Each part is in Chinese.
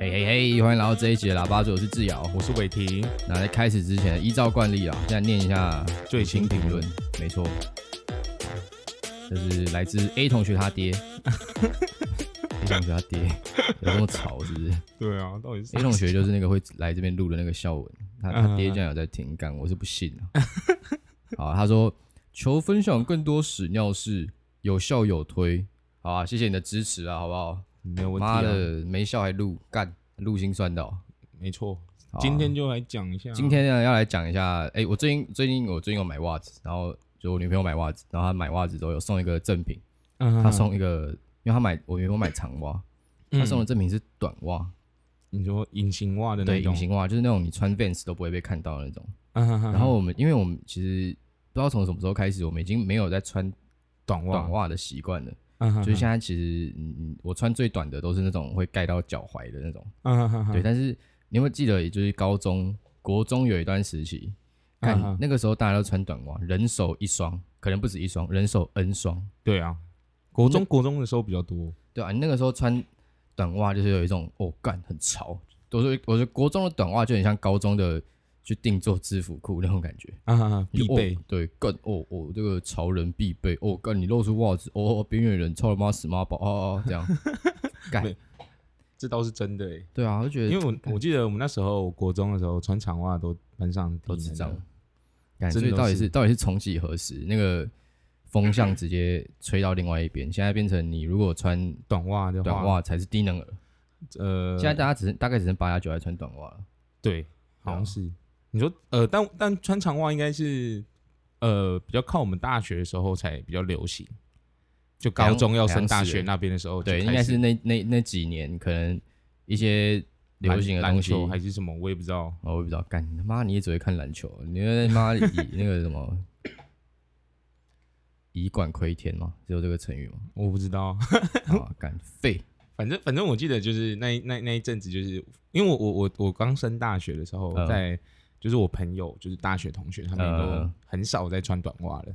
嘿嘿嘿，欢迎来到这一集的喇叭嘴，我是志尧。我是伟霆，那在开始之前，依照惯例啊，现在念一下最新评论，没错，这是来自 A 同学他 爹，A 同学他爹有这么吵是不是对啊，到底是？A 同学就是那个会来这边录的那个孝文，他嗯他爹竟然有在听，干我是不信啊。 好，他说求分享更多屎尿事，有笑有推，好啊，谢谢你的支持啊，好不好？没有问题妈啊，的，没笑还录，干录心酸的、哦。没错。好啊今天就来讲一下，今天呢，要来讲一下，哎、我最近最近我最近有买袜子，然后就我女朋友买袜子，然后她买袜子都有送一个赠品，嗯她送一个，因为她买我女朋友买长袜，她送的赠品是短袜，你说隐形袜的对，那种啊嗯隐，形袜，就是那种你穿 Vans 都不会被看到的那种。然然后我们，因为我们其实不知道从什么时候开始，我们已经没有在穿短袜，短袜的习惯了，嗯哼就是现在其实，嗯嗯，我穿最短的都是那种会盖到脚踝的那种。嗯哼哼对，但是你有没有记得，也就是高中、国中有一段时期，啊看、哈那个时候大家都穿短袜，人手一双，可能不止一双，人手 N 双，对啊，国中国中的时候比较多，对啊，你那个时候穿短袜就是有一种哦，干很潮。我说，我觉得国中的短袜就很像高中的去定做制服裤那种感觉，啊哈哈你必就备哦，对，干哦哦，这个潮人必备哦，干你露出袜子哦，哦边缘人操他妈死妈宝哦哦 这样，干对这倒是真的欸。对啊，我就觉得因为我我记得我们那时候国中的时候穿长袜都班上都第一智名障的，。感真所以的到底是是到底是重启何时？那个风向直接吹到另外一边，现在变成你如果穿短袜的短话，袜才是低能儿。呃，现在大家只剩大概只剩八加九在穿短袜了。对，好像是。你说呃，但但穿长袜应该是呃比较靠我们大学的时候才比较流行，就好高像中要好像升大是学欸那边的时候就开对，始，应该是那那那几年可能一些流行的篮东西，篮球还是什么，我也不知道。哦，我也不知道。干他妈，你也只会看篮球，啊你在他 妈以那个什么以管窥天吗？只有这个成语 吗？我不知道，啊，干废反正反正我记得就是那一那那一阵子，就是因为我我我我刚升大学的时候嗯，在就是我朋友就是大学同学，他们嗯都很少在穿短袜了，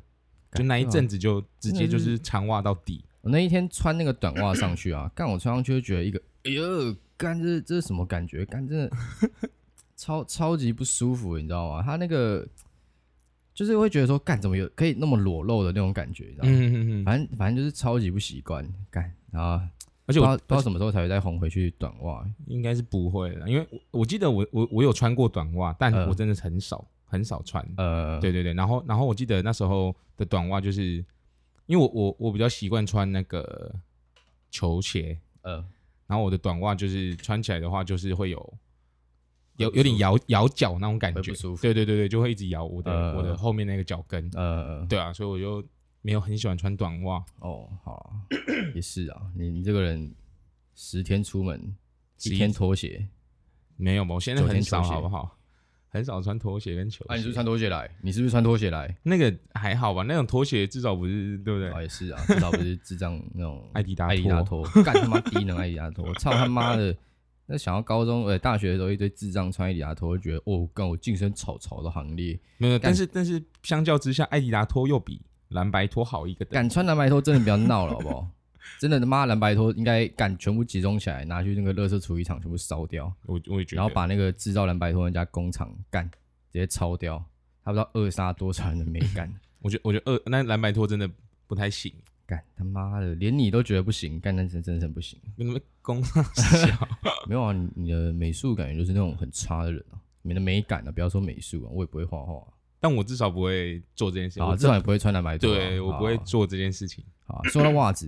干就那一对啊阵子就直真的接就是是长袜到底，我那一天穿那个短袜上去啊， 干我穿上去就觉得一个，哎呦，干这这是什么感觉？干真 的超超级不舒服，你知道吗？他那个就是会觉得说，干怎么有可以那么裸露的那种感觉，你知道吗？嗯嗯嗯，反正反正就是超级不习惯，干啊，而不且知我道不知道什么时候才会再红回去短袜。应该是不会了，因为我我记得我我我有穿过短袜，但嗯我真的很少、很少穿。呃，对对对，然后然后我记得那时候的短袜就是，因为我我我比较习惯穿那个球鞋，呃，然后我的短袜就是穿起来的话就是会有有有点摇摇脚那种感会觉不舒服，对对对对，就会一直摇我的、嗯我的后面那个脚跟，呃，对啊，所以我就没有很喜欢穿短袜，哦，好啊也是啊，你你这个人十天出门，一11天拖鞋，没有嘛，我现在昨天很少球鞋好不好？很少穿拖鞋跟球鞋，啊，你是不是穿拖鞋来？你是不是穿拖鞋来？那个还好吧，那种拖鞋至少不是对不对？啊，也是啊，至少不是智障那种艾迪达 艾迪达托， 干他妈低能艾迪达托，操他妈的！那想要高中呃大学的时候一堆智障穿艾迪达托，就觉得哦，干我晋升草草的行列，没有，干但是但是相较之下，艾迪达拖又比蓝白拖好一个等。敢穿蓝白拖真的不要闹了好不好？ 真的他妈蓝白拖应该敢全部集中起来，拿去那个垃圾处理厂全部烧掉，我我也觉得，然后把那个制造蓝白拖人家工厂干直接抄掉，他不知道扼杀多少人的美感。我觉得我觉得二那蓝白拖真的不太行， 干他妈的，连你都觉得不行，干那真真的是很不行。跟他们 公小没有啊，你你的美术感觉就是那种很差的人啊，你的美感啊，不要说美术啊，我也不会画画但我至少不会做这件事。啊，我啊，至至少也不会穿蓝白拖啊、对我不会啊做这件事情。啊说到袜子，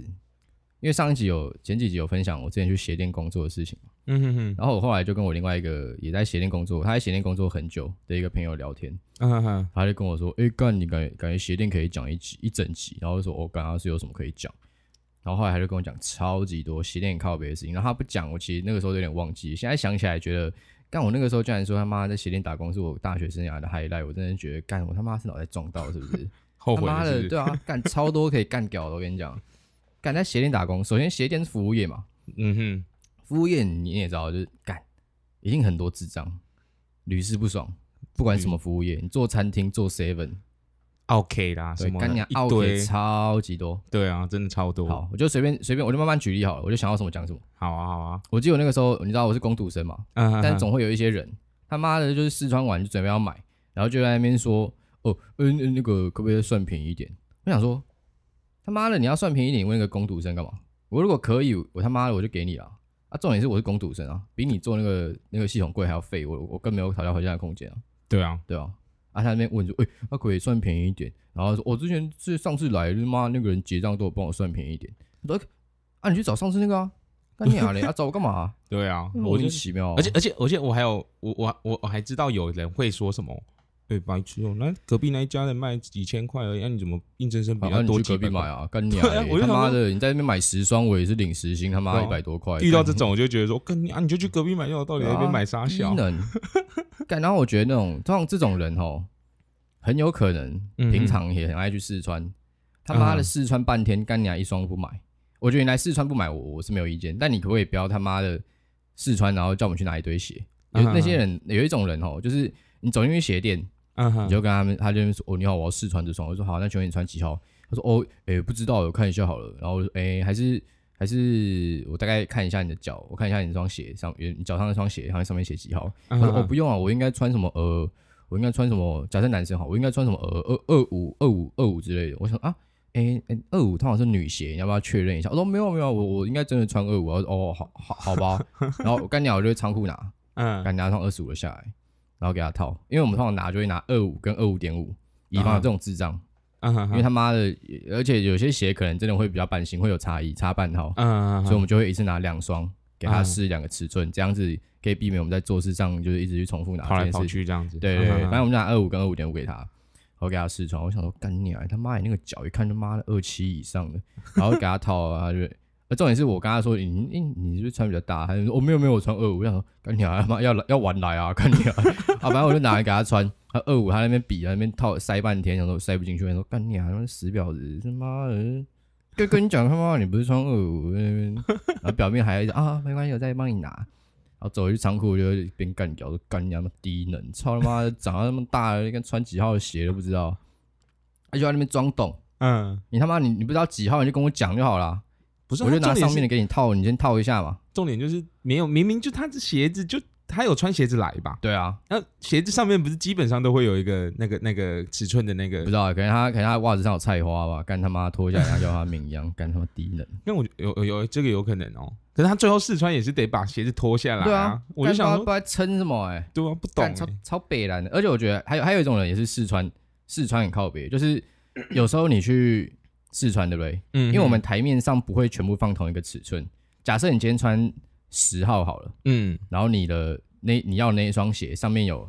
因为上一集有前几集有分享我之前去鞋店工作的事情，嗯哼哼，然后我后来就跟我另外一个也在鞋店工作，他在鞋店工作很久的一个朋友聊天，嗯哼哼，他就跟我说：“哎、干，你感觉感觉鞋店可以讲一集一整集。”然后我就说：“哦，干，他是有什么可以讲？”然后后来他就跟我讲超级多鞋店很靠别的事情。然后他不讲，我其实那个时候有点忘记。现在想起来觉得，干我那个时候竟然说他妈在鞋店打工是我大学生涯的 highlight，我真的觉得干我他妈是脑袋撞到是不是？ 后他悔妈了的，是不是对啊，干超多可以干屌的，我跟你讲，干在鞋店打工，首先鞋店是服务业嘛，嗯哼，服务业你也知道，就是干，一定很多嗯智障，屡试不爽。不管什么服务业，你做餐厅、做 seven、 OK 啦，对什，么干娘一奥可堆以，超级多。对啊，真的超多。好，我就随便随便，我就慢慢举例好了，我就想到什么讲什么。好啊，好啊，我记得我那个时候，你知道我是工读生嘛，嗯，哼但哼总会有一些人，他妈的就是试穿完就准备要买，然后就在那边说，哦，嗯、嗯那个可不可以算便宜一点？我想说，他妈的你要算便宜一点，你问一个工读生干嘛？我如果可以，我他妈的我就给你啦。啊，重点是我是工读生啊，比你做那个那个系统柜还要费，我我更没有讨价还价的空间啊，对啊，对啊。啊，他那边问说，哎、那、可以算便宜一点？然后说，哦我、之前是上次来，就是妈那个人结账都有帮我算便宜一点。我说，啊，你去找上次那个啊，干你啊嘞，啊找我干嘛啊、对啊，莫 我就名，其妙啊、而且而且而且我还有我我我我还知道有人会说什么。对，白痴哦！那隔壁那一家的卖几千块而已，那、啊你怎么硬生生比然较后多啊你去几隔百壁买块？啊，干你 对啊啊嘞！我就他想妈说的，你在那边买十双，我也是领时薪，他妈对啊一百多块。遇到干这种，我就觉得说，跟你啊，你就去隔壁买就有道理，对啊那边买啥低小？ 能，干！然后我觉得那种通常这种人哦，很有可能嗯平常也很爱去试穿，他妈的嗯试穿半天，干你啊一双都不买。我觉得你来试穿不买，我我是没有意见，但你可不可以不要他妈的试穿，然后叫我们去拿一堆鞋？有嗯那些人有一种人哦，就是你走进去鞋店，嗯哼你，就跟他们，他就说：“哦，你好，我要试穿这双。”我说：“好，那请问你穿几号？”他说：“哦，诶、不知道，我看一下好了。”然后我就说：“诶、还是还是我大概看一下你的脚，我看一下你那双鞋上，你脚上那双鞋，好像上面写几号？”嗯他说：“哦，哼不用啊，我应该穿什么呃，我应该穿什么？假设男生好，我应该穿什么呃二二五二五二五之类的。”我想啊。诶诶，二五通常是女鞋，你要不要确认一下？我说没有没有，我我应该真的穿二五。我说哦，好好好吧。 然后我干鸟就去仓库拿，嗯，敢拿上二十五的下来，然后给他套，因为我们通常拿就会拿二五跟二五点五，以啊防有这种智障，嗯哼，因为他妈的，而且有些鞋可能真的会比较版型会有差异，差半号，嗯，所以我们就会一次拿两双，给啊他试两个尺寸，这样子可以避免我们在做事上就是一直去重复拿跑这来件跑事情。去这样子。对 对对，反嗯正我们就拿二五跟二五点五给他。我给他试穿，我想说干你啊！他妈的那个脚一看就妈的二七以上的，然后给他套啊，他就，呃，重点是我跟他说，你你你是不是穿比较大？他就说哦没有没有，我穿二五。我想说干你啊，他妈要来要玩来啊，干你啊！ 啊，反正我就拿来给他穿，他二五他那边比，他那边套塞半天，想说塞不进去，我想说干你啊，他妈死婊子，他妈的！就跟你讲他妈你不是穿二五在那边， 然后表面还一直啊没关系，我再帮你拿。然后走回去仓库，我就一边干掉，说干你他妈低能，操他妈的，长到那么大了，跟穿几号的鞋都不知道，他就在那边装懂。嗯，你他妈你你不知道几号，你就跟我讲就好啦。不是，我就他拿重点上是面的给你套，你先套一下嘛。重点就是没有，明明就他这鞋子就他有穿鞋子来吧？对啊，那鞋子上面不是基本上都会有一个那个那个尺寸的那不个知？道，啊可能他可能他袜子上有菜花吧，干他妈脱下来然后要他命一样，干他妈低能。那我有有有这个有可能哦。可是他最后试穿也是得把鞋子脱下来对啊，我就干想不知道不说，知道在撑什么哎、欸，对啊，不懂干超欸。超北蓝的。而且我觉得还有还有一种人也是试穿试穿很靠北，就是有时候你去试穿对不对？嗯，因为我们台面上不会全部放同一个尺寸。假设你今天穿十号好了，嗯然后你的那你要那一双鞋上面有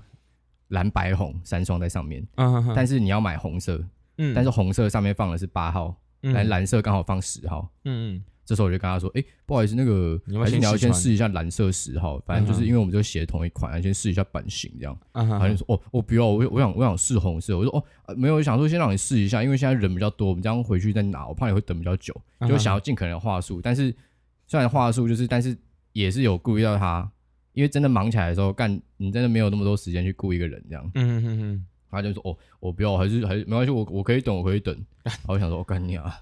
蓝白红三双在上面，啊，但是你要买红色，嗯但是红色上面放的是八号，嗯蓝蓝色刚好放十号。嗯嗯这时候我就跟他说：“哎、不好意思，那个你要不要还是先你要试先穿试一下蓝色十号，反正就是嗯因为我们这个鞋同一款，啊要先试一下版型这样。”啊然后就说：“哦，我不要，我我想我想试红色。”我说：“哦，呃没有，我想说先让你试一下，因为现在人比较多，我们这样回去再拿，我怕你会等比较久。”嗯就哼想要尽可能的话术，但是虽然话术就是，但是也是有顾虑到他，因为真的忙起来的时候，干你真的没有那么多时间去顾一个人这样。嗯嗯嗯他就说：“哦，我不要，还是还是没关系，我我可以等，我可以等。” 然后我想说：“我、干你啊，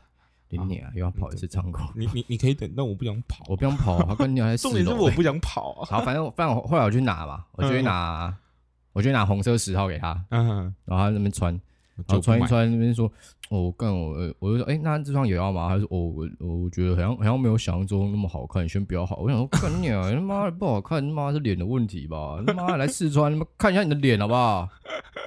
你你啊，又要跑一次仓库，嗯，你你你可以等，但我不想跑。我不想跑，啊他干你 还欸重点是我嗯不想跑啊。好，反正我反正我后来我去拿嘛，我就去拿，我就去拿红色十号给他，嗯，然后他在那边穿，我然就后不穿一买，穿那边说，哦，干我，呃我就说，哎、那这双有要吗？他说，哦，我我我觉得好像好像没有想象中那么好看，先不要好。我想说，干你啊，他妈的不好看，他妈是脸的问题吧？他妈的来试穿，他妈看一下你的脸好不好？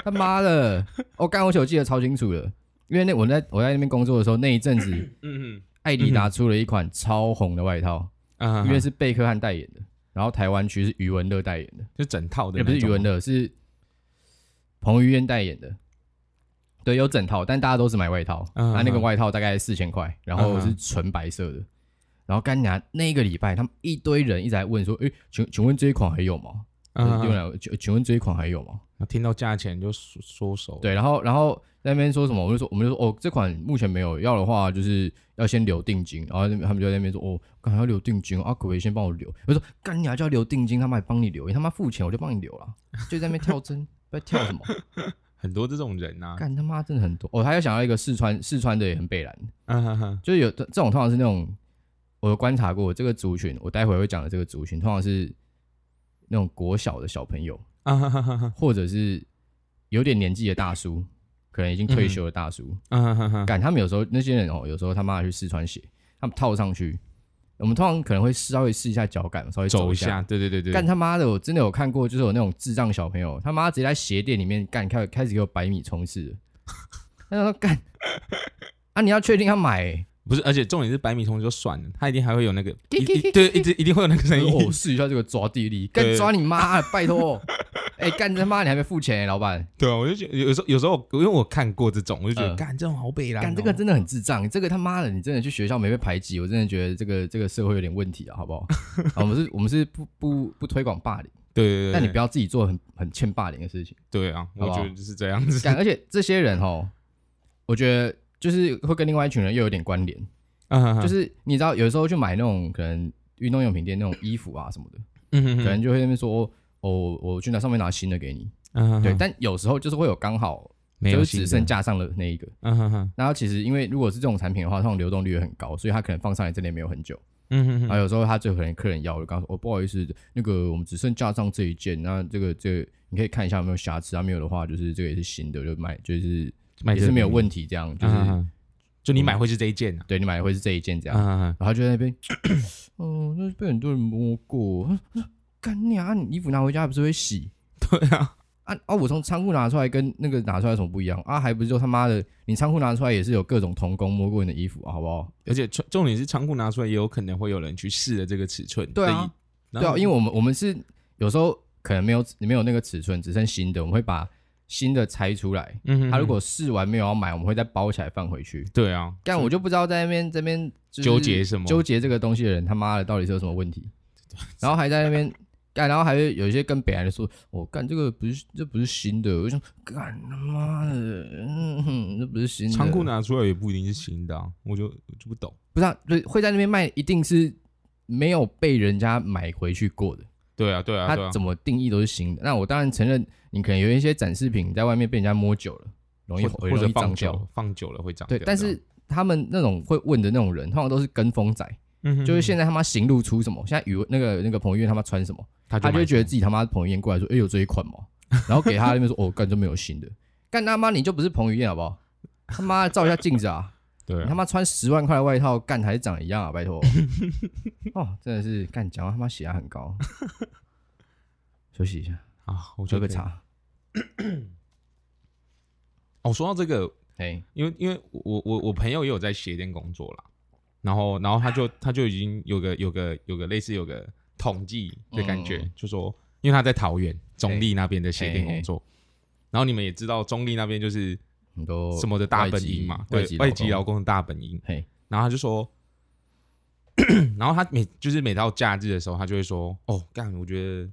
他妈的，哦，干我且我记得超清楚的，因为那我在我在那边工作的时候，那一阵子 嗯艾迪达出了一款超红的外套，嗯啊，因为是贝克汉代言的，然后台湾区是余文乐代言的。就整套的也那不种，是余文乐，是彭于晏代言的。对，有整套，但大家都是买外套。嗯啊，那个外套大概四千块，然后嗯是纯白色的。然后干娘那个礼拜，他们一堆人一直在问说：“诶，请请问这一款还有吗？”嗯，用了，请请问这一款还有吗？然后听到价钱就缩缩手。对，然后然后在那边说什么，我就说我们就说哦，这款目前没有，要的话就是要先留定金，然后他们就在那边说哦，干还要留定金啊，可不可以先帮我留？我就说干你还叫留定金，他妈还帮你留，你他妈付钱我就帮你留了，就在那边跳针，不知道跳什么，很多这种人呐、干他妈真的很多哦！他又想到一个四川，四川的也很北蓝，啊哈哈，就是有这种通常是那种，我有观察过这个族群，我待会会讲的这个族群，通常是那种国小的小朋友，啊哈哈哈哈，或者是有点年纪的大叔，可能已经退休的大叔。啊哈哈哈，干、他们有时候那些人哦，有时候他妈的去试穿鞋，他们套上去，我们通常可能会稍微试一下脚感，稍微走一一下，对对对对，干他妈的，我真的有看过，就是有那种智障小朋友，他妈直接在鞋店里面干，开开始给我百米冲刺了。他说干啊，你要确定要买、欸，不是，而且重点是百米冲就算了，他一定还会有那个，滴一滴滴一对，一直一定会有那个声我音 哦，，试一下这个抓地力，干对抓你妈、啊，拜托！哎、干他妈，你还没付钱、欸，老板，对啊，我就觉得有时候有时候因为我看过这种，我就觉得嗯干、哦这种好北啦，干这个真的很智障，这个他妈的，你真的去学校没被排挤，我真的觉得这个这个社会有点问题啊，好不 好？啊我们是，我们是不不不推广霸凌，对对对，但你不要要自己做很很欠霸凌的事情。对啊，好我不好觉得就是这样子， 干，而且这些人哦，我觉得就是会跟另外一群人又有点关联，啊，就，是你知道，有时候去买那种可能运动用品店那种衣服啊什么的，嗯哼哼可能就会在那边说，哦，我去拿上面拿新的给你。嗯哼哼对，但有时候就是会有刚好没有就是新只的剩，架上的那一个。嗯哼哼，然后其实因为如果是这种产品的话，通常流动率也很高，所以它可能放上来真的没有很久。嗯哼然哼，后有时候他最可能客人要，我就跟他说：“哦，不好意思，那个我们只剩架上这一件，那这个这个你可以看一下有没有瑕疵，啊没有的话，就是这个也是新的，就买就是买也这是个没有问题，这样就是、啊哈哈就你买会是这一件啊，对你买的会是这一件这样。啊哈哈，然后就在那边，哦，那被很多人摸过，干你啊！你衣服拿回家还不是会洗 对啊，啊？啊，我从仓库拿出来跟那个拿出来有什么不一样啊？还不是就他妈的，你仓库拿出来也是有各种童工摸过你的衣服，啊好不好？而且重重点是仓库拿出来也有可能会有人去试了这个尺寸，对啊所以，对啊，因为为我们我们是有时候可能没有没有那个尺寸，只剩新的，我们会把新的拆出来。嗯哼他如哼果试完没有要买，我们会再包起来放回去。对啊，但我就不知道在那边这边就是纠结什么纠结这个东西的人他妈的到底是有什么问 题，然后还在那边干，然后还会有一些跟北来的说，我、干这个不是这不是新的，我就想干他妈的，嗯，哼这不是新的仓库拿出来也不一定是新的啊，我就我就不懂，不是、啊、就是会在那边卖，一定是没有被人家买回去过的。对啊对啊对它啊，怎么定义都是新的。那我当然承认，你可能有一些展示品在外面被人家摸久了，容易或容者易放脏久掉。了啊放久了会长对，掉但这样是他们那种会问的那种人，通常都是跟风仔，嗯哼就是哼现在他妈行路出什么，现在宇文那个那个彭于晏他妈穿什么，他他就买会觉得过自己他妈彭于晏过来说，哎、有这一款吗？ 然后给他那边说，哦，干就没有新的，干他妈你就不是彭于晏好不好？他妈的照一下镜子啊！ 对你他啊，妈穿十万块的外套，干还是长得一样啊！拜托， 哦，真的是干讲话他妈血压很高。 休息一下，啊，我觉喝个得可以。茶。哦，说到这个，哎，因为因为我我我朋友也有在鞋店工作啦，然后然后他就他就已经有个有个有个类似有个统计的感觉，嗯就说因为他在桃园中立那边的鞋店嘿嘿工作，然后你们也知道中立那边就是很多什么的大本营嘛，对，外籍劳工，工的大本营。嘿，然后他就说， 然后他每就是每到假日的时候，他就会说：“哦，干，我觉得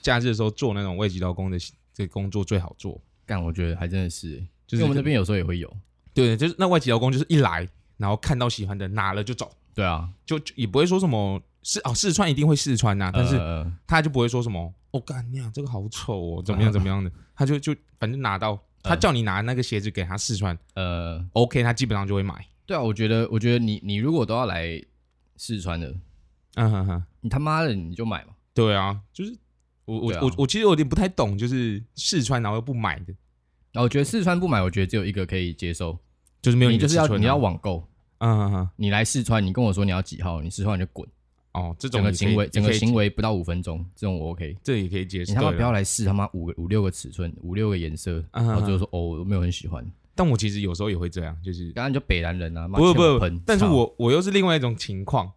假日的时候做那种外籍劳工的这个工作最好做，干，我觉得还真的是欸，就是就是我们这边有时候也会有。对，就是那外籍劳工就是一来，然后看到喜欢的拿了就走，对啊，就就也不会说什么试哦试穿一定会试穿呐、但是呃他就不会说什么哦干娘这个好丑哦怎么样怎么样的， 他就就反正拿到他叫你拿那个鞋子给他试穿呃， ，OK，他基本上就会买，对啊，我觉得，我觉得你你如果都要来四川的，嗯哼哼。你他妈的你就买嘛。对啊，就是我我、对啊我我其实有点不太懂，就是试穿然后又不买的，然啊后我觉得四川不买，我觉得只有一个可以接受，就是没有你的就是要尺寸啊你要网购，嗯嗯嗯你来四川，你跟我说你要几号，你四川你就滚。哦，这整种个也可以行为，整个行也可以为不到五分钟，这种我 OK。这也可以接你受。他妈对不啊要来试他妈五个五六个尺寸，五六个颜色，嗯然后嗯就说哦，我没有很喜欢。但我其实有时候也会这样，就是刚刚就北南人啊，妈不欠我不不喷，但是操我我又是另外一种情况，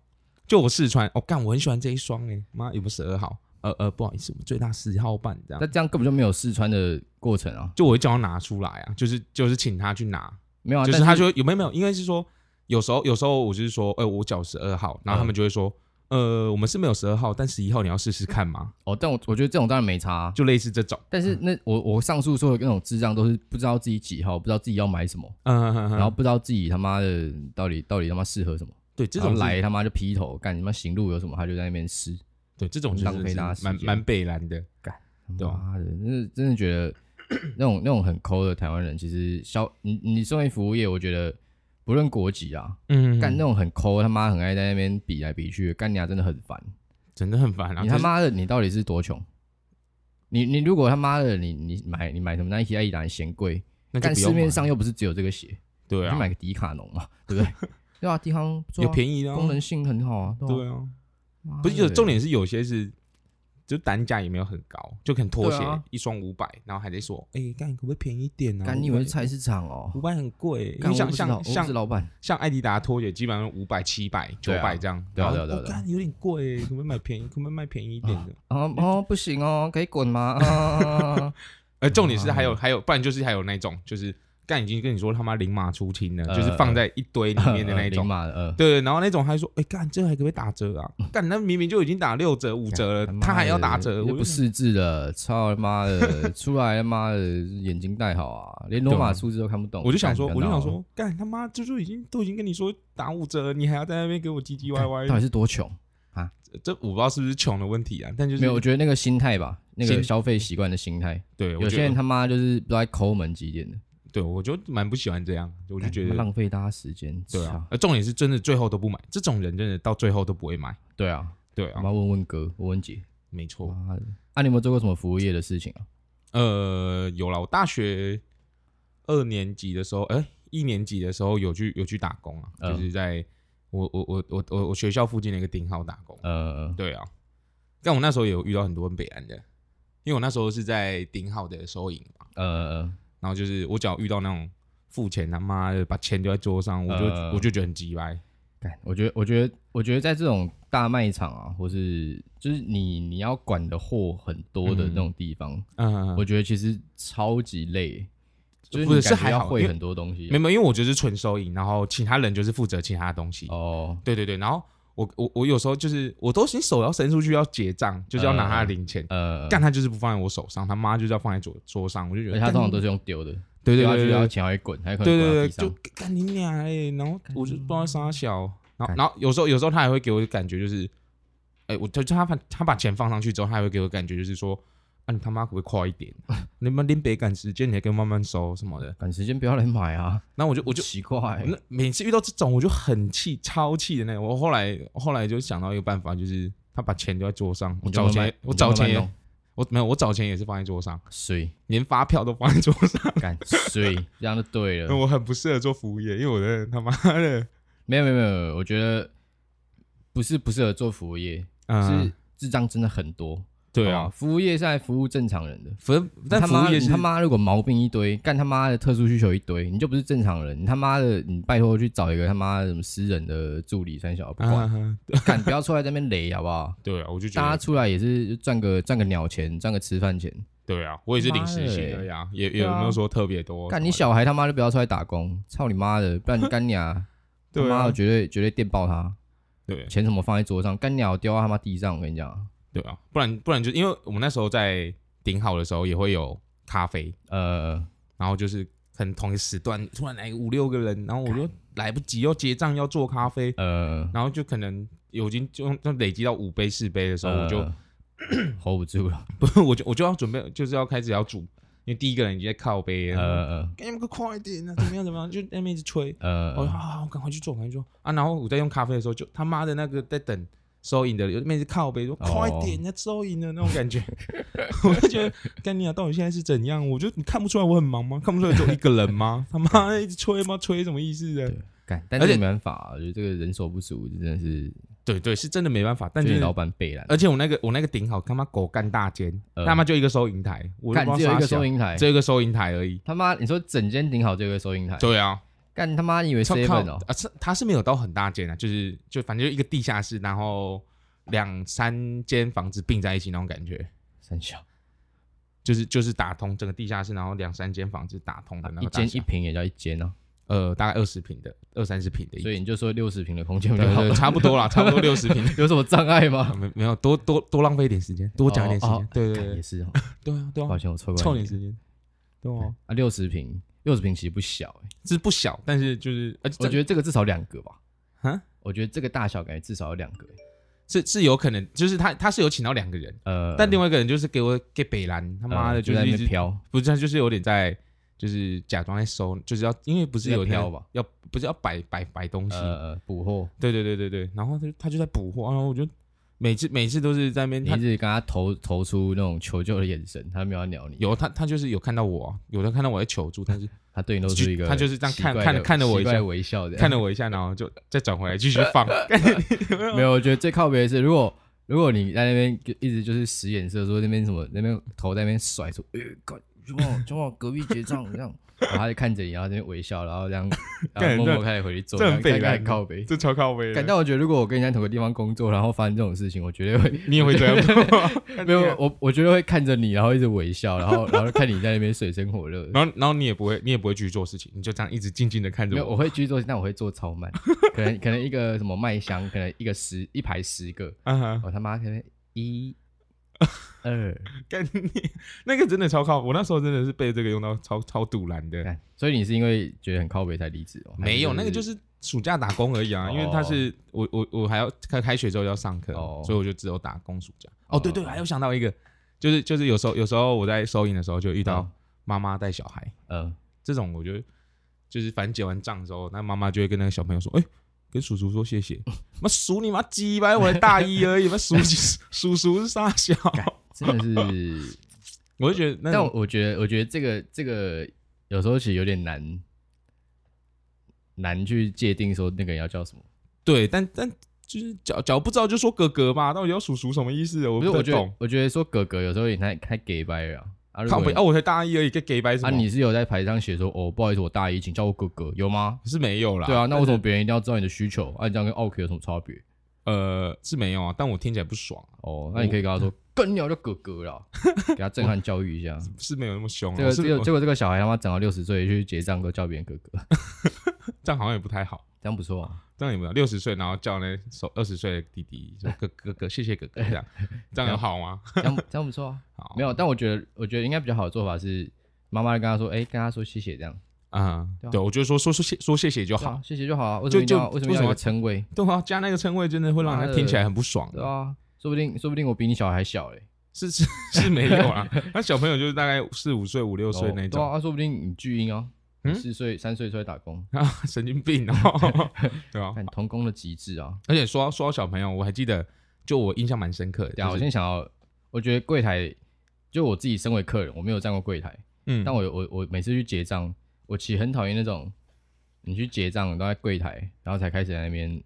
就我试穿，哦干，我很喜欢这一双哎、妈有没有十二号？呃呃，不好意思，我们最大十号半这那样。这样根本就没有试穿的过程啊，就我会叫他拿出来啊，就是就是请他去拿，没有啊，就是但他就会有没有没有，应该是说有时候有时候我就是说，哎、我脚十二号，然后嗯他们就会说，呃，我们是没有十二号，但十一号你要试试看嘛。哦，但我我觉得这种当然没差啊、就类似这种，但是那我我上述说的那种智障都是不知道自己几号，不知道自己要买什么，嗯，哼然后不知道自己他妈的到底到底他妈适合什么，对这然种后来，来他妈就劈头干你妈行路有什么他就在那边试，对这种就是浪费大家时蛮间嗯蛮北蓝的，他妈的，真的真的觉得那种那种很抠的台湾人，其实消你你身为服务业，我觉得不论国籍啊，嗯干那种很抠，他妈很爱在那边比来比去，干你啊真的很烦。真的很烦啊！你他妈的，你到底是多穷？你你如果他妈的你你买你买什么 Nike 啊，一篮嫌贵，那就但不市用面买上又不是只有这个鞋，对你啊去，买个迪卡侬嘛，对不对？ 对啊，迪卡侬不错啊有便宜的啊功能性很好啊，对啊，啊，不是有重点点是有些是就单价也没有很高，就可能拖对鞋啊一双五百，然后还在说，哎，干可不可以便宜一点呢？干你以为是菜市场哦五？百很贵？干你我想不知道像我不是像老板，像艾迪达拖鞋基本上五百、七百、九对啊百这样，对啊然后对啊对啊哦对啊干有点贵，可不可以买便宜？可不可以卖便宜一点的？哦哦不行哦，可以滚吗？ 啊呃，重点是还有嗯还有，不然就是还有那种就是干已经跟你说他妈零码出清了，就是呃放在一堆里面的那零 种。码的呃，对，然后那种还说，哎、干这还可不可以打 折啊？干那明明就已经打六折、五折了，妈他还要的打折，你我这就不识字的，操他妈的，出来他妈的眼睛戴好啊，连罗对马啊数字都看不懂。我就想说，干我就想，说，干他妈这就已经都已经跟你说打五折了，你还要在那边给我唧唧干歪到底到歪，底是多穷？这我不知道是不是穷的问题啊，但就是没有，我觉得那个心态吧，那个心消费习惯的心态，对，我有觉些人得他妈就是不知道在抠门几点的，对我就蛮不喜欢这样，我就觉干他妈得浪费大家时间。对啊操，，而重点是真的最后都不买，这种人真的到最后都不会买，对啊，对我啊，哦妈问问哥，问问姐，没错，妈的，啊，你有没有做过什么服务业的事情啊？呃，有了，我大学二年级的时候，哎、一年级的时候有去有去打工啊，嗯就是在我我我我我我学校附近的一个顶好打工，呃，对啊，但我那时候也有遇到很多很北安的，因为我那时候是在顶好的收银嘛，呃，然后就是我只要遇到那种付钱他妈的把钱丢在桌上，我就、嗯我就觉得很鸡掰，干，我觉得，我觉得，我觉得在这种大卖场啊，或是就是你你要管的货很多的那种地方，嗯，我觉得其实超级累，就是不你是是感觉还要好会因为很多东西没有，没有因为我就是纯收银，然后其他人就是负责其他东西，哦，对对对，然后我我我有时候就是我都是手要伸出去要结账，就是要拿他的零钱，呃，干他就是不放在我手上，他妈就是要放在桌桌上，我就觉而得哎且他通常都干是用丢的，对对丢下对去然后对钱还会滚，还可能对滚到对对，地上就。干你俩哎，然后我就不知道啥小，然后干然后有时候有时候他还会给我的感觉就是，哎，我就就他把他把钱放上去之后，他还会给我感觉就是说。啊，你他妈可不可以快一点？ 你们临北赶时间，你还给我慢慢收什么的。赶时间不要来买啊！然后 我就我就奇怪，那每次遇到这种，我就很气，超气的那种。我后来后来就想到一个办法，就是他把钱丢在桌上，我你就找慢钱慢，我找你就钱慢也 慢，我没有，我找钱也是放在桌上，弄水连发票都放在桌上。干水，这样就对了。 我很不适合做服务业，因为我的他妈的，没有没有没有没有，我觉得不是不适合做服务业，嗯是，智障真的很多。好对吧啊，服务业是在服务正常人的。反正但哦他服妈务你业是他妈如果毛病一堆，干他妈的特殊需求一堆，你就不是正常人。你他妈的，你拜托去找一个他妈的什么私人的助理三小不管，啊，干、不要出来在那边雷好不好？对啊，我就觉大家得出来也是赚个赚个鸟钱，赚个吃饭钱。对啊，我也是临时性的呀，也也对啊没有说特别多。干你小孩他妈就不要出来打工，操你妈的，不然你干娘，他 对妈啊的，绝对绝对电爆他，对钱什么放在桌上，干鸟丢到他妈地上，我跟你讲，对啊，不然不然就因为我们那时候在顶好的时候也会有咖啡，呃，然后就是可能同一时段突然来五六个人，然后我就来不及要结账要做咖啡，呃，然后就可能有已经就就累积到五杯四杯的时候，呃我 就 hold 不住了，不我就我就要准备就是要开始要煮，因为第一个人已经在靠杯呃了，呃给你们个快一点啊，怎么样怎么样，就在那边一直催，呃，我说好好，我赶快去做，赶快去做啊！然后我在用咖啡的时候，就他妈的那个在等收银的，有妹子靠背说：“哦快点，那收银的那种感 觉。”我就觉得，干你啊，到底现在是怎样？我就你看不出来我很忙吗？看不出来只有一个人 吗？他妈的一直吹吗？吹什么意思的？干，但而是且没办法啊，我觉得这个人手不足，真的是，对对，是真呃的没办法，但就是是老。板背了，而且我那个我那个顶好他妈狗干大间，呃他妈就一个收银台，我就干不只知道有一啥个小收，银台嗯只，有一个收银台而已。他妈，你说整间顶好只有一个收银台，对啊，干他妈你以为超靠 seven 哦？啊，是它是没有到很大间啊，就是就反正就一个地下室，然后两三间房子并在一起那种感觉，三小，就是就是打通整个地下室，然后两三间房子打通的那啊一个大间小一平也叫一间啊，呃，大概二十平的，二三十平的一所间，以你就说六十平的空间不对就好对，了？差不多啦，差不多 六十平。有什么障碍啊吗？没没有多多多浪费一点时间，多讲一点时哦哦间，对对干也对是哦，对啊对抱啊，歉我错凑过点你时间，对啊，啊，六十平，六十平其实不小欸，这不小，但是就是而且呃我觉得得这个至少两个吧，啊，我觉得这个大小感觉至少有两个欸，是是有可能，就是他他是有请到两个人，呃，但另外一个人就是给我给北兰，他他妈的就就在是那一边直飘，不是，他就是有点在，就是假装在收，就是要，因为不是在有一天飘吧，要不是要摆摆摆东西，呃，呃捕获，对对对对对，然后他就他就在捕获，然后我就每次每次都是在那边，你他一直跟他投投出那种求救的眼神，他没有要鸟你，有他他就是有看到我啊，有的看到我在求 助，但是他对你都是一个他就是这样看奇怪看的看了我一奇怪下微笑的，看了我一下，然后就再转回来继续 放，没有，我觉得最靠北的是，如果如果你在那边就一直就是使眼色，说那边什么那边头在那边甩出，哎、干就往就往隔壁结账这样， 然后他就看着你，然后在那边微笑，然后这样，然干后默默这开始回去做，这很这北样这样兰很靠北。这超靠背感的，但我觉得，如果我跟人家同个地方工作，然后发生这种事情，我绝对会 你也会这样做， 没有我，我绝对会看着你，然后一直微笑，然后然后看你在那边水深火热。然后然后你也不会你也不会继续做事情，你就这样一直静静的看没着有，我我，会继续做，但我会做超 慢，可能可能一个什么麦香，可能一个十一排十个，哦啊哈，我他妈可能一二。 干你那个真的超靠，我那时候真的是被这个用到超超堵拦的，干所以你是因为觉得很靠北才离职哦？没有，那个就是暑假打工而已啊，因为他是我我我还要开开学之后要上课，哦所以我就只有打工暑假。哦哦，对对，还有想到一个，就是就是有时候有时候我在收银的时候就遇到嗯妈妈带小孩，呃，这种我觉得就是反正结完账之后，那妈妈就会跟那个小朋友说，哎、跟叔叔说谢 谢，妈叔你妈鸡巴，我才大一而已，妈叔叔叔是傻小，真的 是，我就觉得那但种我觉得，我觉得这个这个有时候其实有点难，难去界定说那个人要叫什么。对，但但就是脚脚不知道就说哥哥嘛，到底要叔叔什么意思？我不不是，我太觉懂得。我觉得说哥哥有时候也太太给白了啊啊。如靠果背你啊！我才大一而已，给给白什么？啊，你是有在牌上写说哦，不好意思，我大一，请叫我哥哥，有吗？是没有啦。对啊，那但为什是么别人一定要知道你的需求？啊，你这样跟奥 K 有什么差别？呃是没有啊，但我听起来不爽啊，哦，那你可以跟 他说，更鸟叫哥哥啦，给他震撼教育一下。是没有那么凶啊。这个是这没个有结果这个小孩他妈长到六十岁去结账都叫别人哥哥， 这样好像也不太好，这样不错 啊。这样也不好。六十岁然后叫那手二十岁的弟弟说哥哥哥，谢谢哥哥，这样这样有好吗？这样这样不错啊。好，没有，但我觉得我觉得应该比较好的做法是，妈妈跟他说，哎、跟他说谢谢这样，啊对啊，对，我就说说说谢说谢谢就对好啊，。谢谢就好啊。为什么一定要就为什么要为有什个么称谓？对啊，加那个称谓真的会让妈人的家听起来很不爽对的。啊，说不定说不定我比你小孩还小欸嘞、是是是没有啊，那小朋友就是大概四五岁五六岁那哦对啊种啊，说不定你巨婴哦，你嗯四岁三岁出来打工，啊，神经病 哦，对啊。看童工的极致啊。而且说到说到小朋友，我还记得，就我印象蛮深刻的，对啊，就我是现在想要，我觉得柜台就我自己身为客人，我没有站过柜台，嗯，但我有我我每次去结账，我其实很讨厌那种，你去结账都在柜台，然后才开始在那边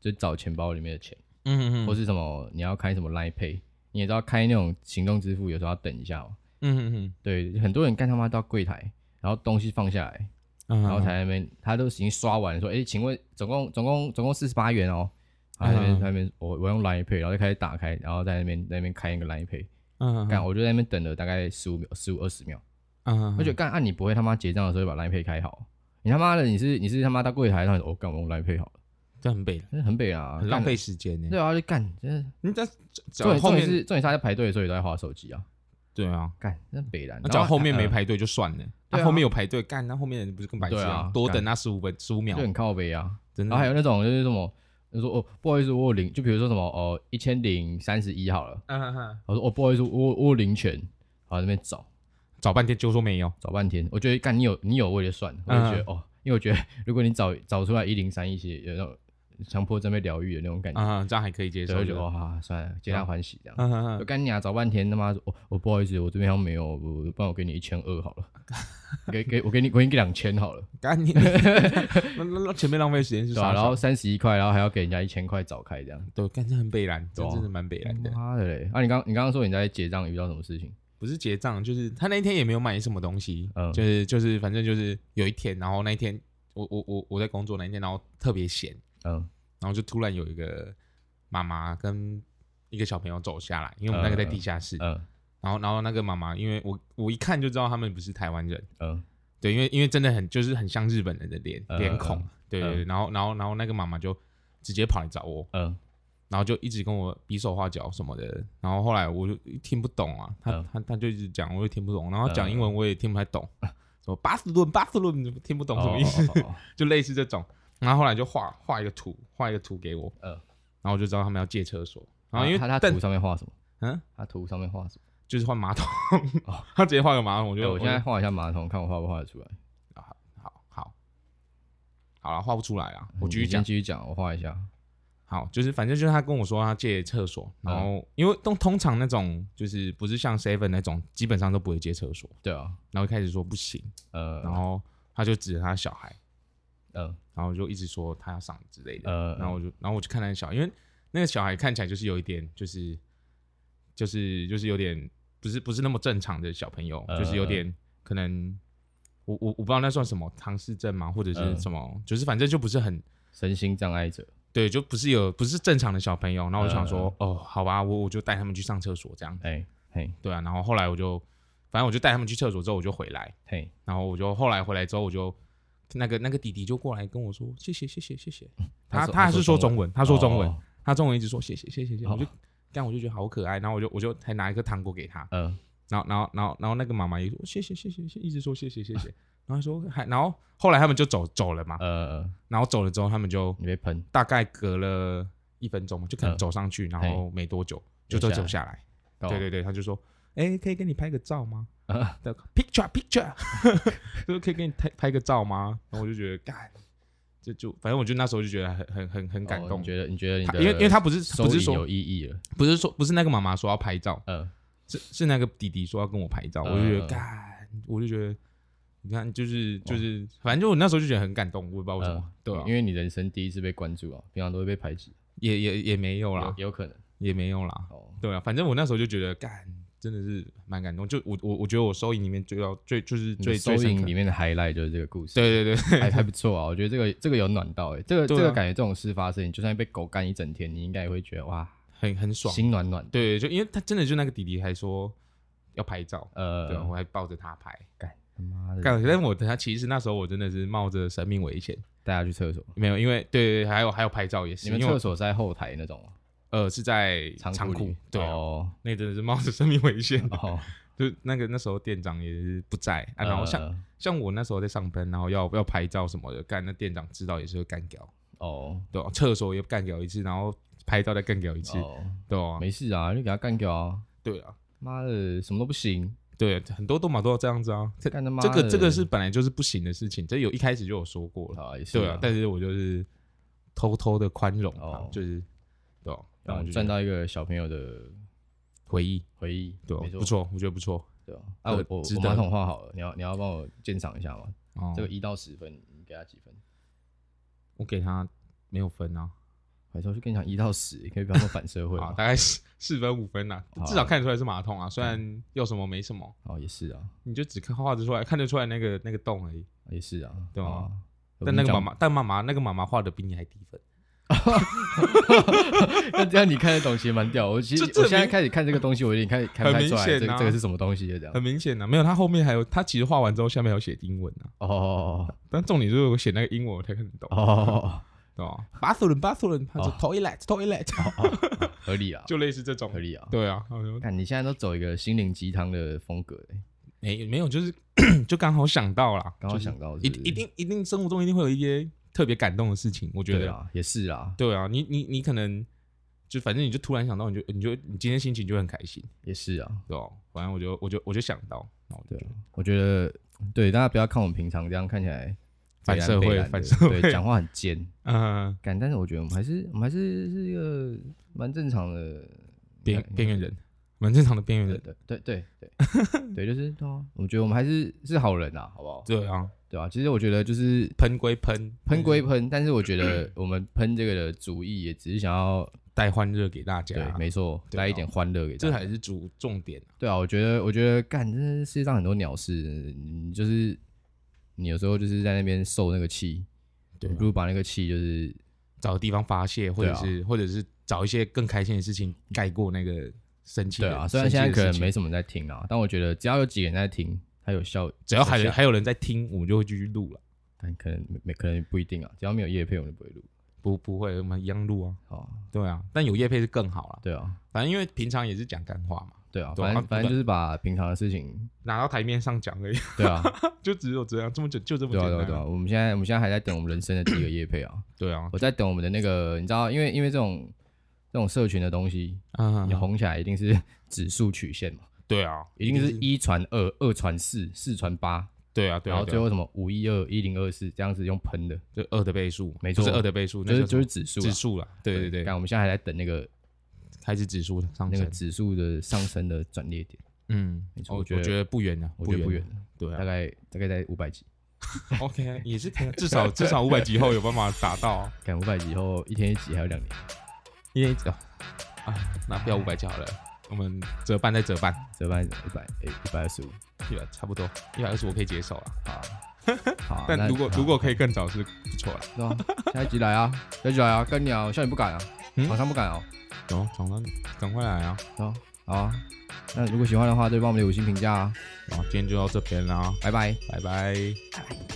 就找钱包里面的钱，嗯嗯或嗯是什么你要开什么 Line Pay，你也知道开那种行动支付有时候要等一下哦。嗯嗯对，很多人干他妈到柜台，然后东西放下来，嗯，然然后才在那边他都已经刷完说，哎、请问总共总共总共四十八元哦。然后在那边嗯在那边我我用 Line Pay，然后就开始打开，然后在那边在那边开一个 Line Pay，嗯干、我就在那边等了大概十五秒十五二十秒。嗯，而且干啊按、你不会他妈结账的时候就把 Line Pay 开好，你他妈的你是你是他妈到柜台上，我、哦、干我用 Line Pay 好了，这很背了，真的很北啊，干很浪。费时间呢。对啊，就干，真的。你在重讲点后重点是面重点是他在排队的时候也都在划手机啊，对啊，干，真的北蓝。那讲后面没排，排队就算了，呃对啊那后面有排队干，那后面人不是更白痴对啊啊？多干等那十五分十五呃秒就，很靠北啊。真然后还的。有那种就是什么，就说哦不好意思，我有零，就比如说什么哦一千零三十一好了，嗯嗯嗯，我说哦不好意思，我我有零钱，然后在那边找找半天就说没有，找半天，我觉得干你有你有我也就算了，我就觉嗯得、哦，因为我觉得如果你找找出来一零三一些有那种强迫症被疗愈的那种感觉。嗯，这样还可以接对，受我就哦的。觉得哇，算了，皆大欢喜这样。嗯嗯我嗯，干你啊，找半天，他妈说我我不好意思，我这边好像没有，我我不然我给你一千二好 了，给给我给你我给你两千好了， 干你！ 那那那前面浪费时间是对吧、啥？然后三十一块，然后还要给人家一千块找开这样。对，干这很北蓝，对这啊真的蛮北蓝的。妈的嘞！啊，你刚你刚刚说你在结账遇到什么事情？不是结账，就是他那一天也没有买什么东西，嗯就是就是反正就是有一天，然后那一天我我我我在工作那一天，然后特别闲，嗯然后就突然有一个妈妈跟一个小朋友走下来，因为我们那个在地下室，嗯然后然后那个妈妈，因为我我一看就知道他们不是台湾人，嗯对，因为因为真的很就是很像日本人的脸、嗯脸孔嗯，对对对，然后然后然后那个妈妈就直接跑来找我，嗯然后就一直跟我比手画脚什么的，然后后来我就听不懂啊，他、嗯他他就一直讲，我也听不懂，然后讲嗯英文我也听不太懂，什么巴斯顿巴斯顿听 不懂什么意思，哦哦哦哦就类似这种，然后后来就画画一个图，画一个图给我，嗯啊然然后我就知道他们要借厕所，然后因为他他但图上面画什么？嗯，他图上面画什么？就是换马桶， 他直接换个马桶，我我觉得哦哎我现在画一下马桶，看我画不画得出来。好好好了，画不出来啊，我你继你续先讲。继续讲，我画一下。好，就是反正就是他跟我说他借厕所，嗯然后、因为通通常那种就是不是像 Seven 那种，基本上都不会借厕所，对啊，然后一开始说不行，呃然后他就指着他小孩，呃然后就一直说他要上之类的，呃，然后我就然后我就看那个小孩，因为那个小孩看起来就是有一点就是就是就是有点不是不是那么正常的小朋友，呃就是有点可能我我我不知道那算什么唐氏症嘛，或者是呃什么，就是反正就不是很身心障碍者，对，就不是有不是正常的小朋友。然后我就想说，哦，好吧，我我就带他们去上厕所这样。哎嘿对啊，然后后来我就，反正我就带他们去厕所之后，我就回来，嘿，然后我就后来回来之后，我就那个那个弟弟就过来跟我说，谢谢谢谢谢谢。他说他还是说中文，他说中文，哦，他中文一直说谢谢谢谢谢谢，哦我就但我就觉得好可爱，然后我就我就还拿一个糖果给他，呃然后然后然后然后那个妈妈也说谢谢谢谢谢谢，一直说谢谢谢谢，然后他说还然后后来他们就走走了嘛，呃呃，然后走了之后他们就你被喷，大概隔了一分钟嘛，就可能嗯走上去，然后没多久就都走下来。搞对对对，他就说：“哎、可以跟你拍个照吗？”啊对，picture picture，就是可以跟你拍拍个照吗？然后我就觉得，干，这就反正我就那时候就觉得很很 很很感哦动，你觉得你觉得你他的因为因为他不是收不是益说有意义了，不是说不是那个妈妈说要拍照，呃是是那个弟弟说要跟我拍照，嗯我就觉得干，我就觉得。你看，就是就是，反正就我那时候就觉得很感动，我也不知道为什么呃，，对啊因，为你人生第一次被关注啊，平常都会被排挤，也也也没有啦有，有可能也没有啦，哦，对啊，反正我那时候就觉得，干，真的是蛮感动。就我我我觉得我收银里面最到最就是你的最收最深银刻里面的 highlight 就是这个故事，对对对，还还不错啊，我觉得这个这个有暖到哎、欸，这个、对这啊个感觉，这种事发生，你就算被狗干一整天，你应该也会觉得哇，很很爽。心暖暖的。对，就因为他真的就那个弟弟还说要拍照，对啊，呃，我还抱着他拍。他妈的，干，但我他其实那时候我真的是冒着生命危险，带他去厕所。没有，因为对对，还有还有拍照也是，你因们为我厕所是在后台那种吗呃是在仓仓库库里？，对啊，哦那真的是冒着生命危险。 哦，就那个那时候店长也是不在啊，然后像呃像我那时候在上班，然后要要拍照什么的，干那店长知道也是会干掉。哦对、啊，厕所也干掉一次，然后拍照再干掉一次，哦，对啊，没事啊，就给他干掉啊！对啊，妈的，什么都不行，对，很多动漫都要这样子啊。这干他妈这个的这个是本来就是不行的事情，这有一开始就有说过了，啊，也是对啊，但是我就是偷偷的宽容他哦，就是对啊，让然后我你就觉赚得到一个小朋友的回忆，回忆，对啊没，错不，错，我觉得不错。对啊。啊，我呃我值我得马桶画好了，你要你要帮我鉴赏一下吗？哦这，个一到十分，你给他几分？我给他没有分啊，还是我就跟你讲一到十，可以不要那么反社会啊，吗？大概四四分五分啦好，啊嗯至少看得出来是马桶啊，虽然有什么没什么，哦，也是啊，你就只看画得出来，看得出来那个那个洞而已。也是啊，对啊好啊？我跟但那你个妈讲，妈，但妈妈那个妈妈画的比你还低分。那这样你看得懂，其实蛮屌。我其实这这我现在明开始看这个东西，我有点开始看不很太明出来显这个啊这个是什么东西，就这样。很明显的、啊没有，他后面还有，他其实画完之后下面还有写英文啊，哦但重点就是我写那个英文我才看得懂，哦哦，对吧？巴索伦，巴索伦，他说 toilet 哦 toilet，合理啊， 就类似这种合，理啊。对啊，好像看你现在都走一个心灵鸡汤的风格欸，没没有，就是 就刚好想到啦，刚好就是想到是一不是一定一定生活中一定会有一些特别感动的事情，我觉对得，啊，也是啊，对啊，你你你可能就反正你就突然想到，你就你就你今天心情就会很开心，也是啊，对吧？反正我就我就我就想到，然后我就对觉得啊，我觉得对大家不要看我们平常这样看起来反北蓝社北会蓝的反社会 对，讲话很尖，嗯，感，但是我觉得我们还是我们还是是一个蛮正常的边应该边缘人，蛮正常的边缘对人，对对对对对， 就是对啊，我觉得我们还是是好人啊，好不好？对啊，对啊，其实我觉得就是喷归喷，喷归喷，但是我觉得我们喷这个的主意也只是想要带欢乐给大对家，，没错，对啊带一点欢乐给大这家。才是主重点、啊。对啊，我觉得我觉得干，真的世界上很多鸟事，你就是你有时候就是在那边受那个气，对啊你不如把那个气就是找个地方发泄，或者啊是、或者是找一些更开心的事情盖过那个生气的。对啊，虽然现在生气可的事能情没什么人在听啊，但我觉得只要有几个人在听，它有效，只要还有有效还有人在听，我们就会继续录了。但可能没可能不一定啊，只要没有叶配，我们就不会录。不不会，我们一样录啊。好啊，对啊，但有叶配是更好了。对啊，反正因为平常也是讲干话嘛，对啊，对啊反啊正反正就是把平常的事情，拿到台面上讲而已， 对啊，就只有这样，这么久就这么对简啊，单对啊，对啊。我们现在我们现在还在等我们人生的第一个叶配啊，对啊我在等我们的那个，你知道，因为因为这种这种社群的东西，啊你，红起来一定是指数曲线嘛，对啊，一定是一传二，二传四，四传八，对啊，对然啊，后最对啊，后什么五一二一零二四这样子用喷的，就二的倍数，没错不是二的倍数，就那是叫什就么是指数啊，指数啦，对对但对，我们现在还在等那个开始指数上那个升，指数的上升的转捩点，嗯没，错我我我觉得觉得不远啊，我觉得不远啊，对大啊概大概在五百集， ，OK，也是挺至 少至少五百集后有办法达到啊，赶五百集以后一天一集还有两年，因为啊，啊那不要五百集好了，我们折半再折半，折半一百哎一百二十五，一百差不多一百二十我可以接受了，好啊，好啊， 但那如果好如果可以更早是不错了。对啊，下一集来啊，下一集来啊，干你啊，像你不敢啊，嗯好像不敢哦，哦，床上赶快来啊！对啊，好啊，那如果喜欢的话，就帮我们留五星评价啊，然后今天就到这边啦，拜拜。拜拜。拜拜。